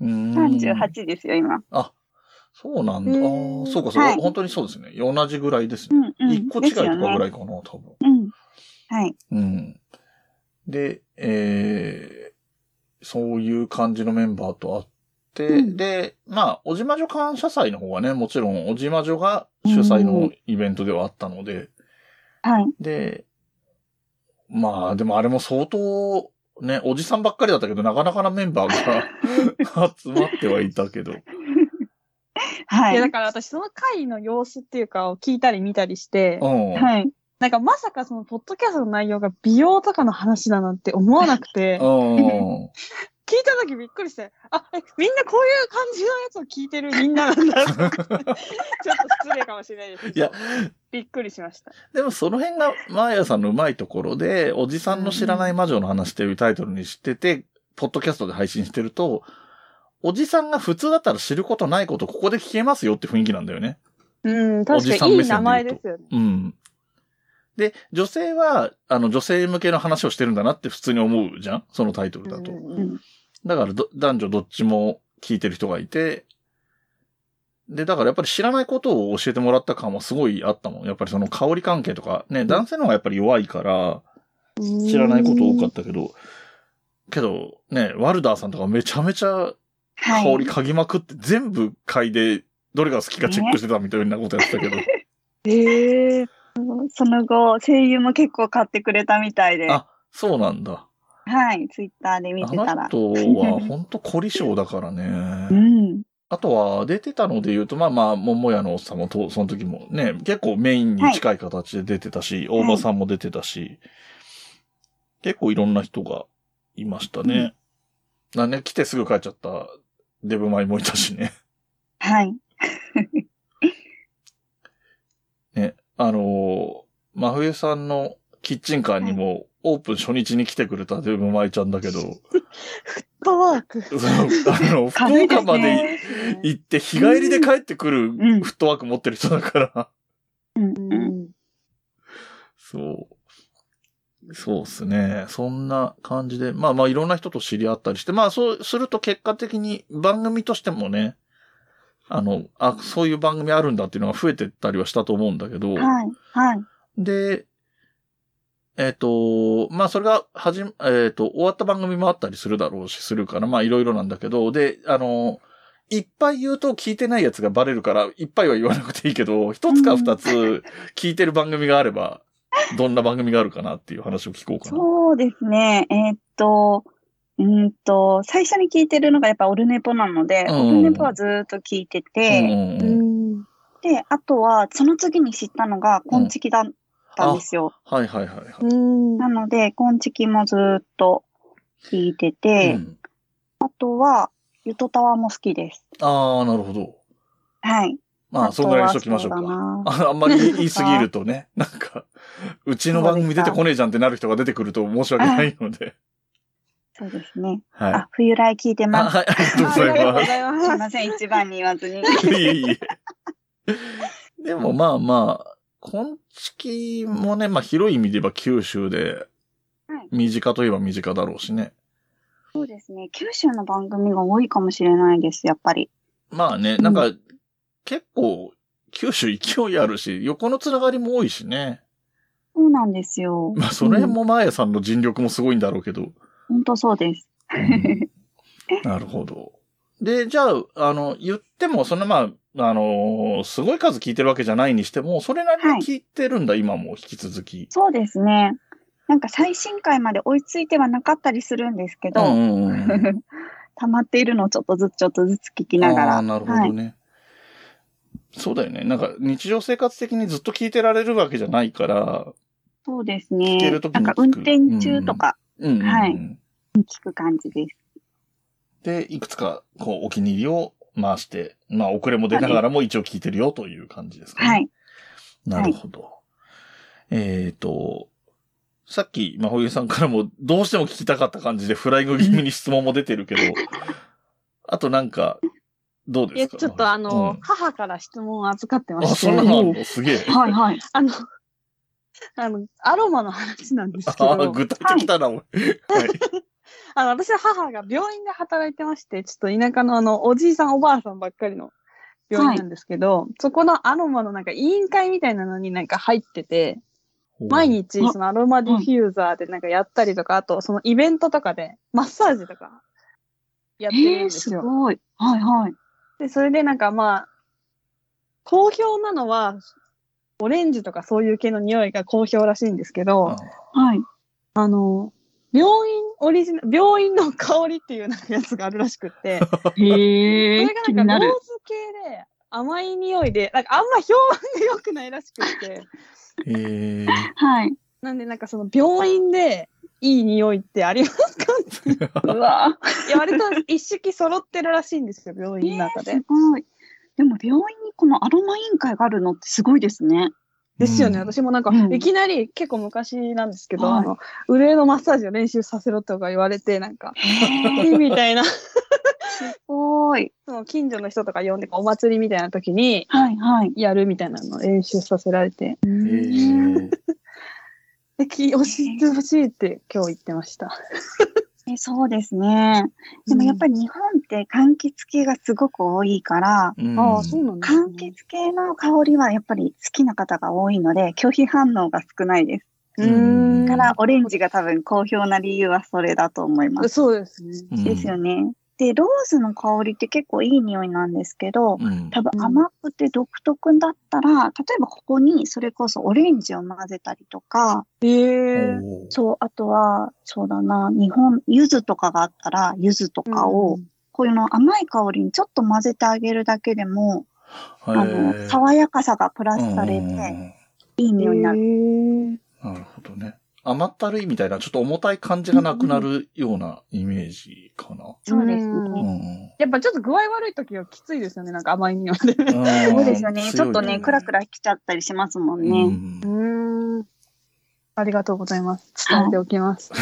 S1: うーん
S3: 38ですよ、今。
S1: そうなんだ。あ
S2: う
S1: ー
S2: ーん
S1: そうか、そう、
S3: はい
S1: 本当にそうですね。同じぐらいです
S3: う
S1: ね。
S3: んうん。
S1: 一個違いとか
S3: ですよ
S1: ぐら
S3: ね。
S1: いかな、多分。
S3: うん。はい。
S1: うん。で、えー、そういう感じのメンバーと会って、
S3: うん
S1: で、まあ、おじまじょ感謝祭の方はね、もちろん、おじまじょが主催のイベントではあったので、
S3: はい。
S1: で、まあ、でもあれも相当、ね、おじさんばっかりだったけど、なかなかなメンバーが集まってはいたけど。
S3: はいい。
S2: や、だから私、その回の様子っていうかを聞いたり見たりして、
S1: うん。
S3: はい。
S2: なんかまさかそのポッドキャストの内容が美容とかの話だなんて思わなく て、
S1: うん。
S2: 聞いた時びっくりして、あ、え、みんなこういう感じのやつを聞いてるみんななんだとかちょっと失礼かもしれないですけど。
S1: いや、
S2: びっくりしました。
S1: でもその辺が、マーヤさんのうまいところで、おじさんの知らない魔女の話っていうタイトルにしてて、ポッドキャストで配信してると、おじさんが普通だったら知ることないこと、ここで聞けますよって雰囲気なんだよね。
S2: うん、
S1: お
S2: 確
S1: じさ
S2: か
S1: ん
S2: にい
S1: 目線で言うと
S2: い名前ですよね。
S1: うん。で、女性は、あの、女性向けの話をしてるんだなって普通に思うじゃんそのタイトルだと。
S2: うん
S3: うん。
S1: だからど、男女どっちも聞いてる人がいて、で、だからやっぱり知らないことを教えてもらった感はすごいあったもん。やっぱりその香り関係とか、ね、男性の方がやっぱり弱いから、知らないこと多かったけど、けど、ね、ワルダーさんとかめちゃめちゃ香
S3: はい
S1: り嗅ぎまくって、全部嗅いで、どれが好きかチェックしてたみたいなことやってた けど、
S2: へえ。
S3: その後、声優も結構買ってくれたみたいで、
S1: あ、そうなんだ。
S3: はい、ツイッターで見てた
S1: あの
S3: ら。
S1: 人は本当凝り性だから
S3: う
S1: ね。
S3: ん。
S1: あとは出てたので言うと、まあまあ、桃屋のおっさんもと、その時もね、結構メインに近い形で出てたし、
S3: い
S1: 大場さんも出てたし、結構いろんな人がいましたね。だね、来てすぐ帰っちゃったデブマイもいたしね。
S3: はい。
S1: ね、あのー、真冬さんのキッチンカーにもオープン初日に来てくれたデブマイちゃんだけど、
S2: パワーク。
S1: その あの、福
S3: 軽いですね
S1: 岡まで行って日帰りで帰ってくる
S3: ん
S1: フットワーク持ってる人だから。
S3: うん
S2: う
S3: うん
S2: ん。
S1: そう。そうですね。そんな感じで、まあまあいろんな人と知り合ったりして、まあそうすると結果的に番組としてもね、あの、あ、そういう番組あるんだっていうのが増えてったりはしたと思うんだけど、
S3: はい、はい、
S1: で、えっ、と、まあ、それが、はじ、えっ、と、終わった番組もあったりするだろうし、するから、まあ、いろいろなんだけど、で、あの、いっぱい言うと聞いてないやつがバレるから、いっぱいは言わなくていいけど、一つか二つ聞いてる番組があれば、どんな番組があるかなっていう話を聞こうかな。
S3: そうですね。えーっと、うーんと、最初に聞いてるのがやっぱオルネポなので、
S1: うん
S3: オルネポはずーっと聞いて
S1: うん
S3: て、
S1: うんうん
S2: ん。
S3: で、あとは、その次に知ったのが、コンチキだったんですよ。
S1: はいはいはいは
S2: うん。
S3: なので、コンチキもずーっと聞いて
S1: い。
S3: て、
S1: うん
S3: あとは、ゆとたわも好きです。
S1: ああ、なるほど。
S3: はい。
S1: まあ、そんぐらいにしときましょう
S3: あとは
S1: か。
S3: そうだな
S1: ああんまり言いすぎると ね、なんか、うちの番組出てこねえじゃんってなる人が出てくると申し訳ないので。
S3: そうですね。
S1: はい。
S3: あ、冬来聞いて
S1: あ
S3: ます。
S1: はい、ありがとうございます。
S2: います
S3: いません、一番に言わずに。
S1: いえいえでもまあまあ、昆虫もね、まあ広い意味で言えば九州で
S3: はい、
S1: 身近といえば身近だろうしね。
S3: そうですね。九州の番組が多いかもしれないです、やっぱり。
S1: まあね、なんか、結構、九州勢いあるし、横のつながりも多いしね。
S3: そうなんですよ。
S1: まあ、その辺もマーヤさんの尽力もすごいんだろうけど。
S3: 本当そうです。
S1: なるほど。で、じゃあ、あの、言っても、そのまあ、あのすごい数聞いてるわけじゃないにしても、それなりに聞いてるんだ、今も引き続き。
S3: そうですね。なんか最新回まで追いついてはなかったりするんですけど、
S1: んうんうん。
S3: 溜まっているのをちょっとずつちょっとずつ聞きなが
S1: あ
S3: ら。
S1: あ、なるほどね。そうだよね。なんか日常生活的にずっと聞いてられるわけじゃないから、
S3: そうです
S1: 聞け
S3: ね
S1: る時。に
S3: な
S1: 聞く
S3: んか運転中とか
S1: うんうんうん
S3: はい聞く感じです。
S1: で、いくつか、こう、お気に入りを回して、まあ、遅れも出ながらも一応聞いてるよという感じですかね。
S3: はい。
S1: なるほど。えっ、と、さっき、まほゆさんからも、どうしても聞きたかった感じで、フライング気味に質問も出てるけど、あとなんか、どう
S2: い
S1: で
S2: や、
S1: すか
S2: ちょっとあの、
S1: うん
S2: 母から質問を預かってま
S1: あ、
S2: して。
S1: そんなのあんのすげえ。
S3: はいはい。
S2: あの、あの、アロマの話なんですけ
S1: あ
S2: ど、あ
S1: あ、具体的だな、俺。はい。
S2: の、私の母が病院で働いてまして、ちょっと田舎のあの、おじいさんおばあさんばっかりの病院なんですけど、そこのアロマのなんか委員会みたいなのになんか入ってて、毎日
S3: あ
S2: そのアロマディフューザーでなんかやったりとか、あとそのイベントとかでマッサージとかやってるん
S3: えー、
S2: です
S3: す
S2: よ。
S3: ごい。はいはい。
S2: で、それでなんかまあ、好評なのは、オレンジとかそういう系の匂いが好評らしいんですけど、
S3: はい。
S2: あの、病院オリジナル、病院の香りっていうなんかやつがあるらしくって、そ
S3: へ
S2: れ
S3: え
S2: が、
S3: 気
S2: な
S3: に
S2: んか
S3: な
S2: ロー
S3: る。
S2: ズ系で甘い匂いで、なんかあんま評判が良くないらしく って、
S1: えー、
S3: はい。
S2: なんでなんかその病院でいい匂いってありますかって
S3: うわぁ
S2: いや割と一式揃ってるらしいんですよ、病院の中で。
S3: すごい。でも病院にこのアロマ委員会があるのってすごいですね。
S2: ですよ
S1: う
S2: ね、
S1: ん
S2: 私もなんか、
S3: うん
S2: いきなり結構昔なんですけど、
S3: はい
S2: あの、腕のマッサージを練習させろとか言われて、なん か、
S3: へ
S2: いいみた いな、そ
S3: すごい。
S2: の近所の人とか呼んで、お祭りみたいな時に
S3: はいはい。
S2: やるみたいなのを練習させられて、
S1: えー、
S2: で、き教えてほしいって今日言ってました。
S3: えそうですね。でもやっぱり日本って柑橘系がすごく多いから、
S1: うん
S2: ああ、そうなんです
S3: 柑
S2: ね
S3: 橘。系の香りはやっぱり好きな方が多いので、拒否反応が少ないです。
S2: うーん
S3: だ
S1: か
S3: から、オレンジが多分好評な理由はそれだと思います。
S2: そうですね。
S1: うん
S3: ですよね。で、ローズの香りって結構いい匂いなんですけど、
S1: うん
S3: 多分甘くて独特だったら、例えばここにそれこそオレンジを混ぜたりとか、
S2: えー、
S1: おー
S3: そう、あとは、そうだな、日本、柚子とかがあったら、柚子とかを、こういうの甘い香りにちょっと混ぜてあげるだけでも、
S1: へ
S3: あ
S1: ー
S3: の、爽やかさがプラスされ
S1: うんうんうん
S3: て、いい匂いになる。
S2: る。
S1: なるほどね。甘ったるいみたいな、ちょっと重たい感じがなくなるようなイメージかな。
S3: そうです
S1: う
S2: うん
S3: ね。
S1: うん
S2: やっぱちょっと具合悪い時はきついですよね、なんか甘い匂いで。
S3: そうですよね。
S1: 強い
S3: ちょっとね、クラクラきちゃったりしますもん
S1: う
S3: ね。
S1: ん
S2: うーん。ありがとうございます。伝えておき ます。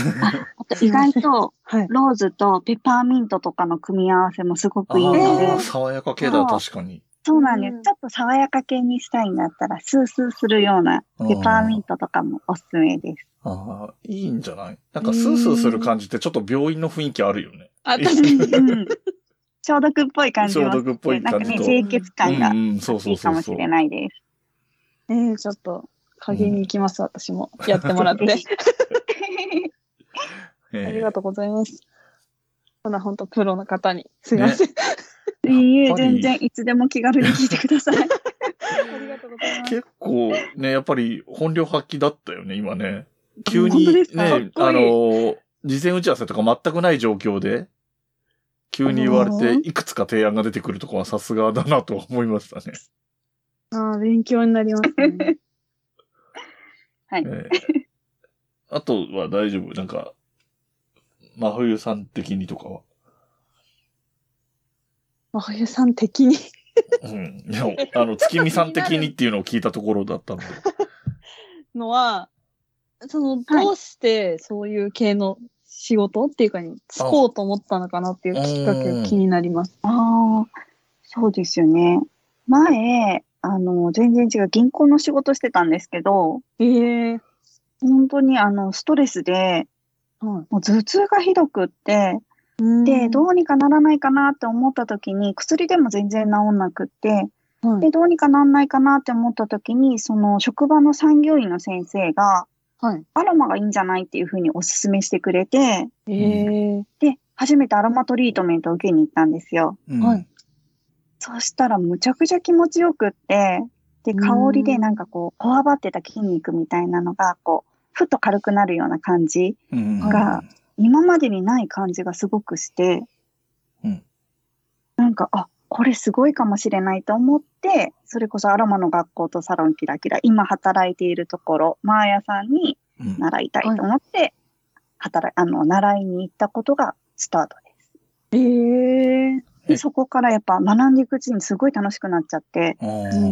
S3: あと意外と、
S2: はい。
S3: ローズとペパーミントとかの組み合わせもすご
S1: あ
S3: くいいの
S2: え
S3: で
S1: ー、
S2: ー、
S1: 爽やか系だ、確かに。
S3: そうなんで
S2: う
S3: す。
S2: ん
S3: ちょっと爽やか系にしたいんだったら、スースーするようなペパーミントとかもおすすめです。
S1: ああ、いいんじゃないなんかスースーする感じってちょっと病院の雰囲気あるよね。
S2: あ、確
S1: 確
S2: か
S1: か
S2: に。
S3: うん 消毒っぽい感じ
S1: 消
S3: は。
S1: 毒っぽい感じ
S3: なん
S1: と。
S3: かね、清潔感が
S1: うんうん、そう
S3: い
S1: そう
S3: い
S1: そ
S3: か
S1: う
S3: も
S1: そ
S3: し
S1: う。
S3: れないです。
S2: えー、ちょっと、加減に行きます、私も。やってもら って。
S3: ぜひ
S1: ええ
S2: ありがとうございます。ほな、本当プロの方に。すいません。
S3: いい
S1: や
S3: え、
S1: っぱり
S3: 全然いつでも気軽に聞いてください。
S2: ありがとうございます。
S1: 結構ね、やっぱり本領発揮だったよね、今ね。急
S3: 本
S1: に
S3: 当
S1: ね
S3: です、か
S2: か
S1: あ
S2: っこ
S1: の
S2: いい
S1: ー、事前打ち合わせとか全くない状況で、急に言われ
S3: あの
S1: て、いくつか提案が出てくるとこはさすがだなと思いましたね。
S2: ああ、勉強になります ね。
S3: はい
S1: ええあとは大丈夫なんか、真冬さん的にとかは。
S2: 真冬さん的に。
S1: うん。いや、あの、月見さん的にっていうのを聞いたところだったので。
S2: のは、その、
S3: はい
S2: どうしてそういう系の仕事っていうかに、つこうと思ったのかなっていうきっか
S1: うん
S2: け気になります。
S3: ああ、そうですよね。前、あの、全然違う銀行の仕事してたんですけど、
S2: ええ
S3: 本当にあの、ストレスで、
S2: は
S3: もう頭痛がひどくって、
S2: い。
S3: で、どうにかならないかなって思った時に、薬でも全然治んなくって、
S2: はい
S3: で、どうにかなんないかなって思った時に、その職場の産業医の先生が、
S2: はい。
S3: アロマがいいんじゃないっていうふうにおすすめしてくれて、
S2: ええ
S3: で、初めてアロマトリートメントを受けに行ったんですよ。
S1: うん
S2: はい
S3: そしたらむちゃくちゃ気持ちよくって、で、
S2: うん
S3: 香りでなんかこう、こわばってた筋肉みたいなのが、こう、ふっと軽くなるような感じ、
S1: うん
S3: が今までにない感じがすごくして、
S1: うん
S3: なんか、あ、これすごいかもしれないと思って、それこそアロマの学校とサロンキラキラ、今働いているところ、マーヤさんに
S1: うん
S3: 習いたいと思って、働い、あの、習いに行ったことがスタートです。
S2: ええ
S1: え
S3: で、そこからやっぱ学んでいくうちにすごい楽しくなっちゃって、
S1: うん
S2: う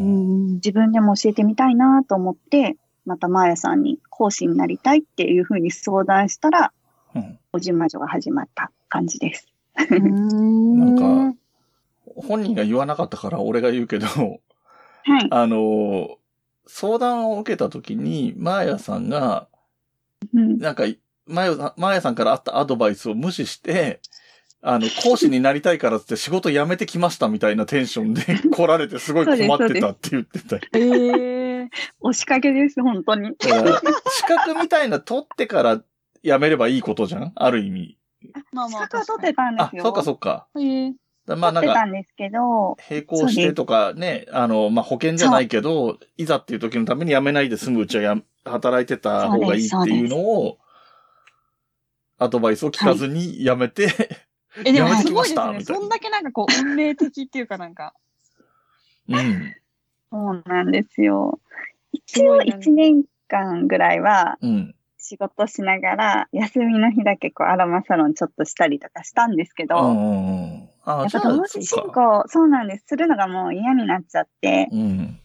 S2: ん
S3: 自分でも教えてみたいなと思って、またマーヤさんに講師になりたいっていうふうに相談したら、
S1: うん
S3: おじんまじょが始まった感じです。
S2: うん
S1: なんか、本人が言わなかったから俺が言うけど、
S3: はい。
S1: あのー相談を受けた時に、マーヤさんが、
S3: うん、
S1: なんか、マーヤさんマーヤさんからあったアドバイスを無視して、あの、講師になりたいからっつって仕事辞めてきましたみたいなテンシ ョンで来られてすごい困ってたって言ってた。
S2: ええ
S3: 押しかけです、本当に。
S1: だから資格みたいな取ってから辞めればいいことじゃんある意味。
S2: まあ
S3: 資
S2: まあ、
S3: 格は取っ
S2: 確か
S3: てたんで
S1: あ
S3: す、よ。
S1: そっかそっか。
S2: に。ええ
S1: だまあなん
S3: 取って
S1: か
S3: た、んですけど、
S1: 並行してとかね、あの、まあ、保険じゃないけど、いざっていう時のために辞めないで済むうちはや働いてた方がいいっていうのを、アドバイスを聞かずに辞めて、
S2: え、でも
S3: やめて
S2: す
S1: きま
S2: ごい
S1: し
S2: です
S1: た
S2: ね。
S1: みたいな
S2: そんだけなんかこう、運命的っていうかなんか。
S1: うん。
S3: そうなんですよ。
S2: す
S3: 一
S2: ご
S3: 応
S2: いな
S3: 1年間ぐらいは
S1: うん。
S3: 仕事しながら、休みの日だけこうアロマサロンちょっとしたりとかしたんですけ
S1: うんう
S3: ど、
S1: んうん。あ
S3: や
S1: あ、
S3: っ
S1: じゃ
S3: ぱ
S1: あ、
S3: 同
S1: そ
S3: 時進
S1: うか。
S3: 行、そうなんです。するのがもう嫌になっちゃって、
S1: うん。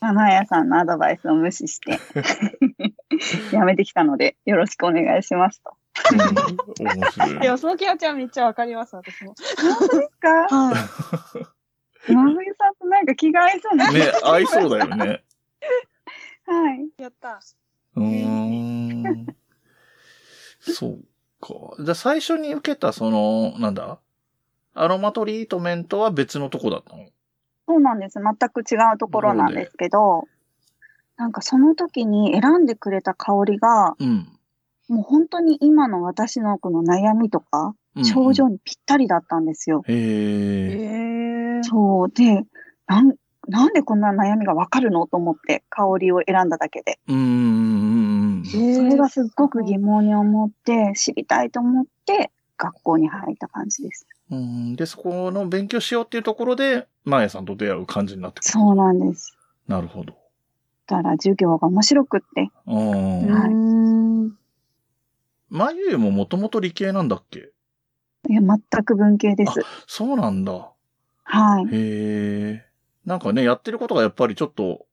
S3: まあ、マーヤさんのアドバイスを無視 して、やめてきたので、よろしくお願いしますと。
S1: うん面白
S2: で
S1: い。
S2: も、その気持ちはめっちゃわかります、私も。
S3: ですか
S2: はい。
S3: 真冬さんとなんか気が合いそうな。
S1: ね、合いそうだ よね。
S3: はい。
S2: やった。
S1: うーん。そうか。じゃあ最初に受けた、その、なんだアロマトリートメントは別のとこだったの
S3: そうなんです。全く違うところなんですけど、なんかその時に選んでくれた香りが、
S1: うん。
S3: もう本当に今の私のこの悩みとか、
S1: うん
S3: 症状にぴったりだったんですよ。
S1: へ
S2: え
S1: え。
S2: え
S3: そう。で、なん、なんでこんな悩みがわかるのと思って、香りを選んだだけで。
S1: うーん。
S2: そ
S3: それがすっごく疑問に思って、知りたいと思って、学校に入った感じです。
S1: うんで、そこの勉強しようっていうところで、マーヤさんと出会う感じになってくる。
S3: そうなんです。
S1: なるほど。
S3: だから授業が面白くって。
S1: う。
S2: うん
S3: はい
S2: ん。
S1: マユユももともと理系なんだっけ
S3: いや、全く文系です。
S1: そうなんだ。
S3: はい。
S1: へえ。なんかね、やってることがやっぱりちょっと、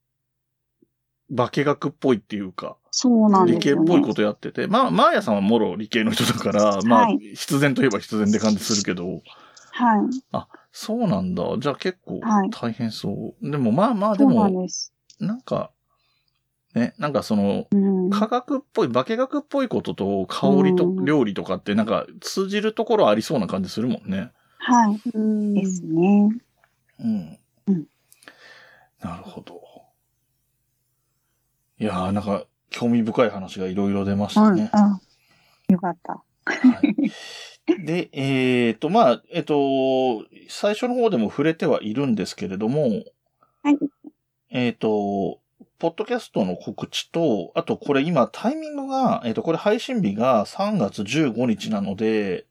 S1: 化学っぽいっていうか、
S3: そうなんで
S1: 理
S3: す
S1: 系っ
S3: よ、ね。
S1: ぽいことやってて、まあ、マーヤさんはもろ理系の人だから、まあ
S3: はい、
S1: 必然といえば必然って感じするけど、
S3: はい。
S1: そうなんだ。じゃあ結構
S3: はい
S1: 大変そう。でもまあまあ、で
S3: そうな
S1: も、
S3: んです。
S1: なんか、ね、なんかその、
S3: うん。
S1: 科学っぽい、化学っぽいことと、香りと
S3: うん
S1: 料理とかって、なんか通じるところありそうな感じするもんね。
S3: はい。
S2: うん
S3: ですね。
S1: うん。
S3: うん
S1: なるほど。いやー、なんか、興味深い話がいろいろ出ましたね。
S3: あ、よかった。
S1: はい、で、えっ、と、まあ、えっ、と、最初の方でも触れてはいるんですけれども、
S3: はい。
S1: えっ、と、ポッドキャストの告知と、あとこれ今タイミングが、えっ、と、これ配信日が3月15日なので、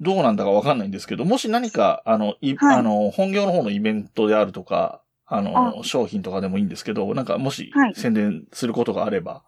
S1: どうなんだかわかんないんですけど、もし何か、あの、い
S3: はい
S1: あの、本業の方のイベントであるとか、あの、商品とかでもいいんですけど、なんかもし
S3: はい
S1: 宣伝することがあれ ば。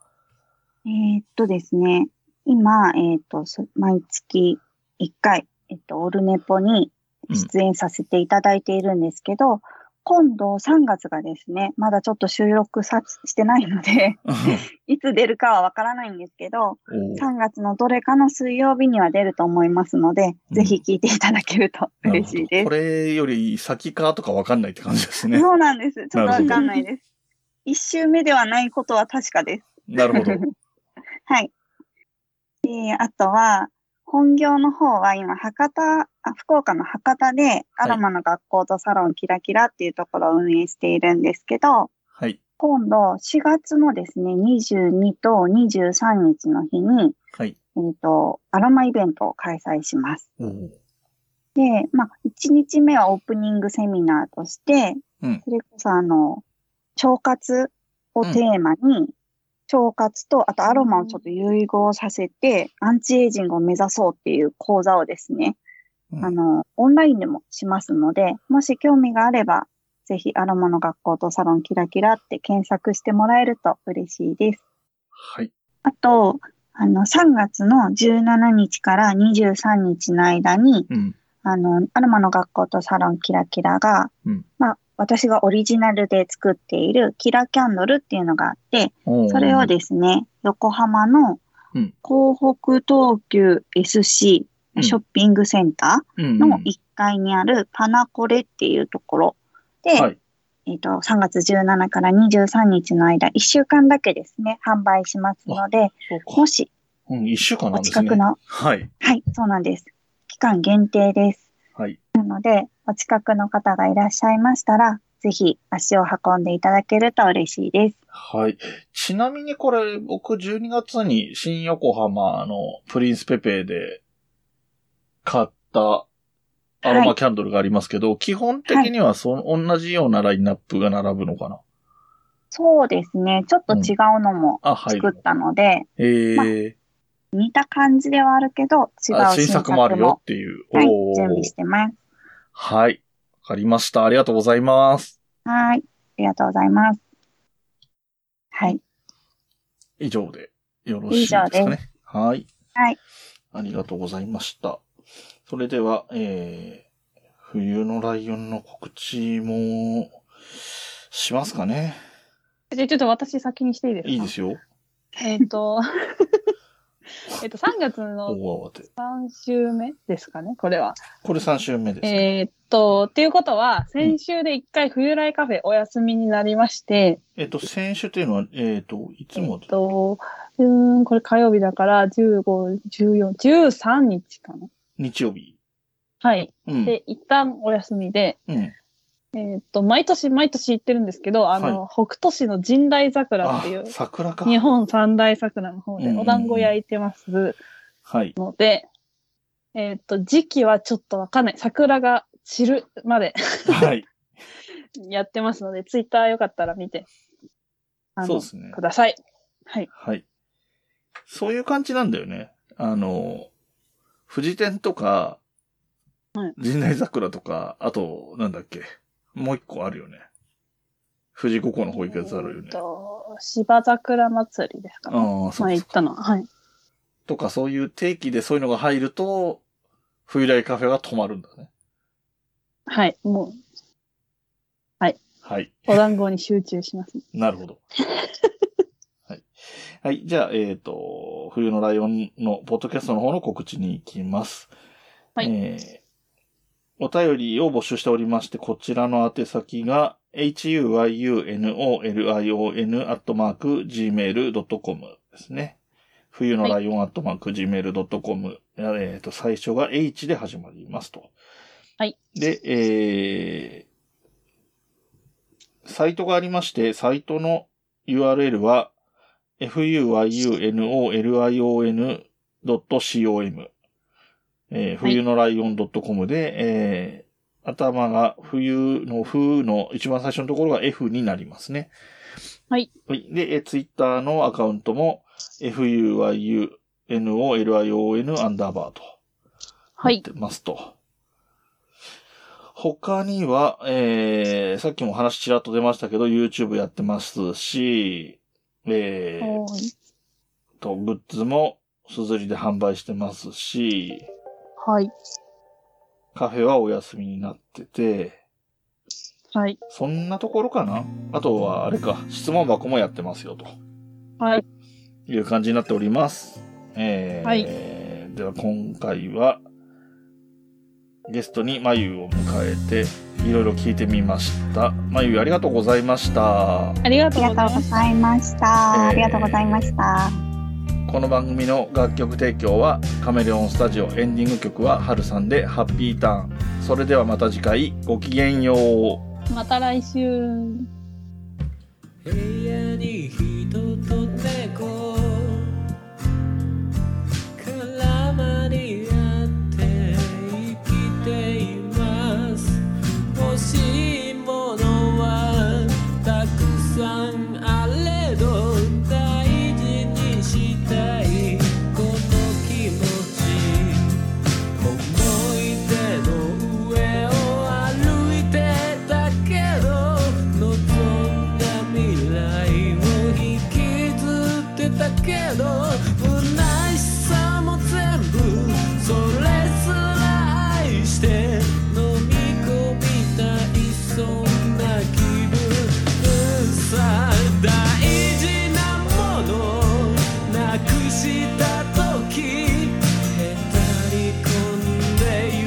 S3: えーっとですね、今、えーっと、そ毎月1回、えっと、オルネポに出演させていただいているんですけど、今度3月がですね、まだちょっと収録さしてないので、 いつ出るかはわからないんですけど、
S1: おー
S3: 3月のどれかの水曜日には出ると思いますので、
S1: うん
S3: ぜひ聞いていただけると嬉しい
S1: なる
S3: で
S1: ほどこ
S3: す。
S1: れより先かとかわかんないって感じ ですね。
S3: そうなんです。ちょっとわかんない
S2: な
S3: です。一周目ではないことは確かです。
S1: なるほど。
S3: はい。で、あとは、本業の方は今、博多、あ福岡の博多で、アロマの学校とサロンキラキラっていうところを運営しているんですけど、
S1: はい。
S3: 今度4月のですね、22と23日の日に、
S1: はい。
S3: えっ、と、アロマイベントを開催します。
S1: おー
S3: で、まあ、1日目はオープニングセミナーとして、
S1: うん
S3: それこそあの、腸活をテーマに、腸活と、あとアロマをちょっと融合させて、アンチエイジングを目指そうっていう講座をですね、
S1: うん
S3: あの、オンラインでもしますので、もし興味があれば、ぜひアロマの学校とサロンキラキラって検索してもらえると嬉しいです。
S1: はい。
S3: あと、あの、3月の17日から23日の間に、
S1: うん。
S3: あの、アロマの学校とサロンキラキラが、
S1: うん
S3: まあ、私がオリジナルで作っているキラキャンドルっていうのがあって、
S1: おー
S3: それをですね、横浜の
S1: うん
S3: 港北東急 SC
S1: うん
S3: ショッピングセンター
S1: の
S3: の1階にあるパナコレっていうところで、
S1: はい
S3: えっと、3月17から23日の間、1週間だけですね、販売しますので、もし
S1: うん、一週間な
S3: お
S1: んです
S3: 近
S1: ね。
S3: くの、
S1: はい。
S3: はい、そうなんです。期間限定です。
S1: はい。
S3: なので、お近くの方がいらっしゃいましたら、ぜひ足を運んでいただけると嬉しいです。
S1: はい。ちなみにこれ、僕12月に新横浜のプリンスペペで買ったアロマキャンドルがありますけど、基本的にはその、同じようなラインナップが並ぶのかな
S3: そうですね。ちょっと違うのも
S1: あ、はい。
S3: 作ったので、
S1: えー
S3: 似た感じではあるけど、違
S1: あ
S3: う新
S1: 新作
S3: 作
S1: も
S3: も
S1: あるよっていう。
S3: はい、
S1: おー
S3: 準備してます。
S1: はい。わかりました。ありがとうございます。
S3: はい。ありがとうございます。はい。
S1: 以上でよろしいですか
S3: 以上
S1: ね。はい。
S3: はい。
S1: ありがとうございました。それでは、えー、冬のライオンの告知も、しますかね。
S2: じゃあちょっと私先にしていいですか
S1: いいですよ。
S2: えっ、と、 えっと、3月の
S1: 大慌て。
S2: 3週目ですかね、これは。
S1: これ3週目です、ね。
S2: えっと、っていうことは、先週で1回冬来カフェお休みになりまして、
S1: えっ、と、先週というのは、えっ、と、いつ
S2: え
S1: も
S2: っ、と、うーん、これ火曜日だから、15、14、13日かな。
S1: 日曜日。
S2: はい。
S1: うん。
S2: で、一旦お休みで、
S1: うん。
S2: えっと、毎年毎年行ってるんですけど、あの、北斗市の神代桜っていう、
S1: 桜か。
S2: 日本三大桜の方
S1: うん
S2: で
S1: うんうん
S2: お団子焼いてます。
S1: はい。
S2: ので、えーっと、時期はちょっとわかんない。桜が散るまで
S1: はい。
S2: やってますので、ツイッターよかったら見て、あの
S1: そうですね
S2: く。ださい。はい。
S1: はい。そういう感じなんだよね。あの、富士天とか、
S2: はい
S1: 神代桜とか、あと、なんだっけ。もう一個あるよね。富士五湖の方行くやつあるよ
S2: えー
S1: ね
S2: っ。と、芝桜祭りですかね。
S1: ああ、そう
S2: 前
S1: で
S2: 行
S1: す
S2: っ。たのは。はい。
S1: とか、そういう定期でそういうのが入ると、冬来カフェが止まるんだね。
S2: はい。も
S1: はい。
S2: う、お団子に集中 します、
S1: なるほ ど。はい。はい。じゃあ、えっ、と、冬のライオンのポッドキャストの方の告知に行きます。
S2: はい
S1: えーお便りを募集しておりまして、こちらの宛先が、huyunolion.gmail.com ですね。冬のライオンアットマーク Gmail.com。えーと、最初が H で始まりますと。
S2: はい。
S1: で、えー、サイトがありまして、サイトの URL は、fuyunolion.com、えー、
S2: はい
S1: 冬のライオン .com で、えー、頭が冬の風の一番最初のところが F になりますね。
S2: はい。
S1: で、えー、Twitter のアカウントも、fuyunolion アンダーバーと。
S2: はい。
S1: ってますと。他には、えー、さっきも話ちらっと出ましたけど、YouTube やってますし、えー、と、グッズも、すずりで販売してますし、
S2: はい。
S1: カフェはお休みになってて、
S2: はい。
S1: そんなところかなあとは、あれか、質問箱もやってますよ、と
S2: はい。
S1: いう感じになっております。えー、
S2: は
S1: では今回は、ゲストにまゆを迎えて、いろいろ聞いてみました。まゆありがとうございました。
S2: ありが
S3: あ
S2: とう
S3: り
S2: ござい
S3: が
S2: ま
S3: とうご
S2: す。
S3: ざいました。ありがとうございました。
S1: この番組の楽曲提供はカメレオンスタジオエンディング曲はハルさんでハッピーターン。それではまた次回ごきげんよう。
S2: また来週。
S5: 部屋に人と猫絡まり合って生きています欲しいものはたくさんあれど大事にしたいこの気持ち「思い出の上を歩いてたけど」「望んだ未来を引きずってたけど」「虚しさも全部それすら愛して」「飲み込みたいそんな気分さ」「大事なものなくした時」へたり込んで夕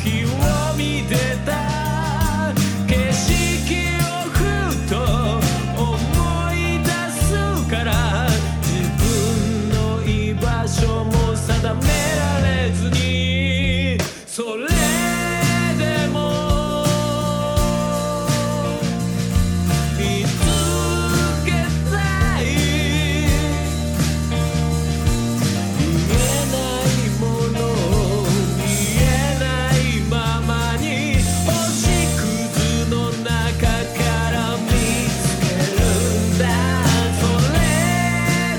S5: 日を見てた景色をふと思い出すから自分の居場所も定められずにそれでも見つけたい「見えないもの見えないままに星屑の中から見つけるんだ」「それ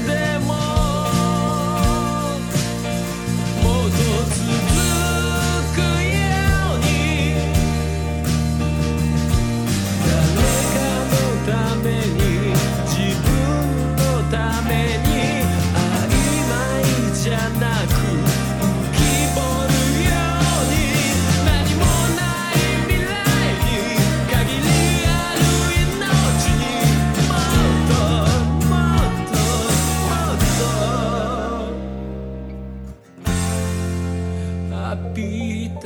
S5: でももっと続くように」「誰かのために自分のために」「曖昧じゃなく浮き彫るように」「何もない未来に限りある命にもっともっともっと」「浴びた」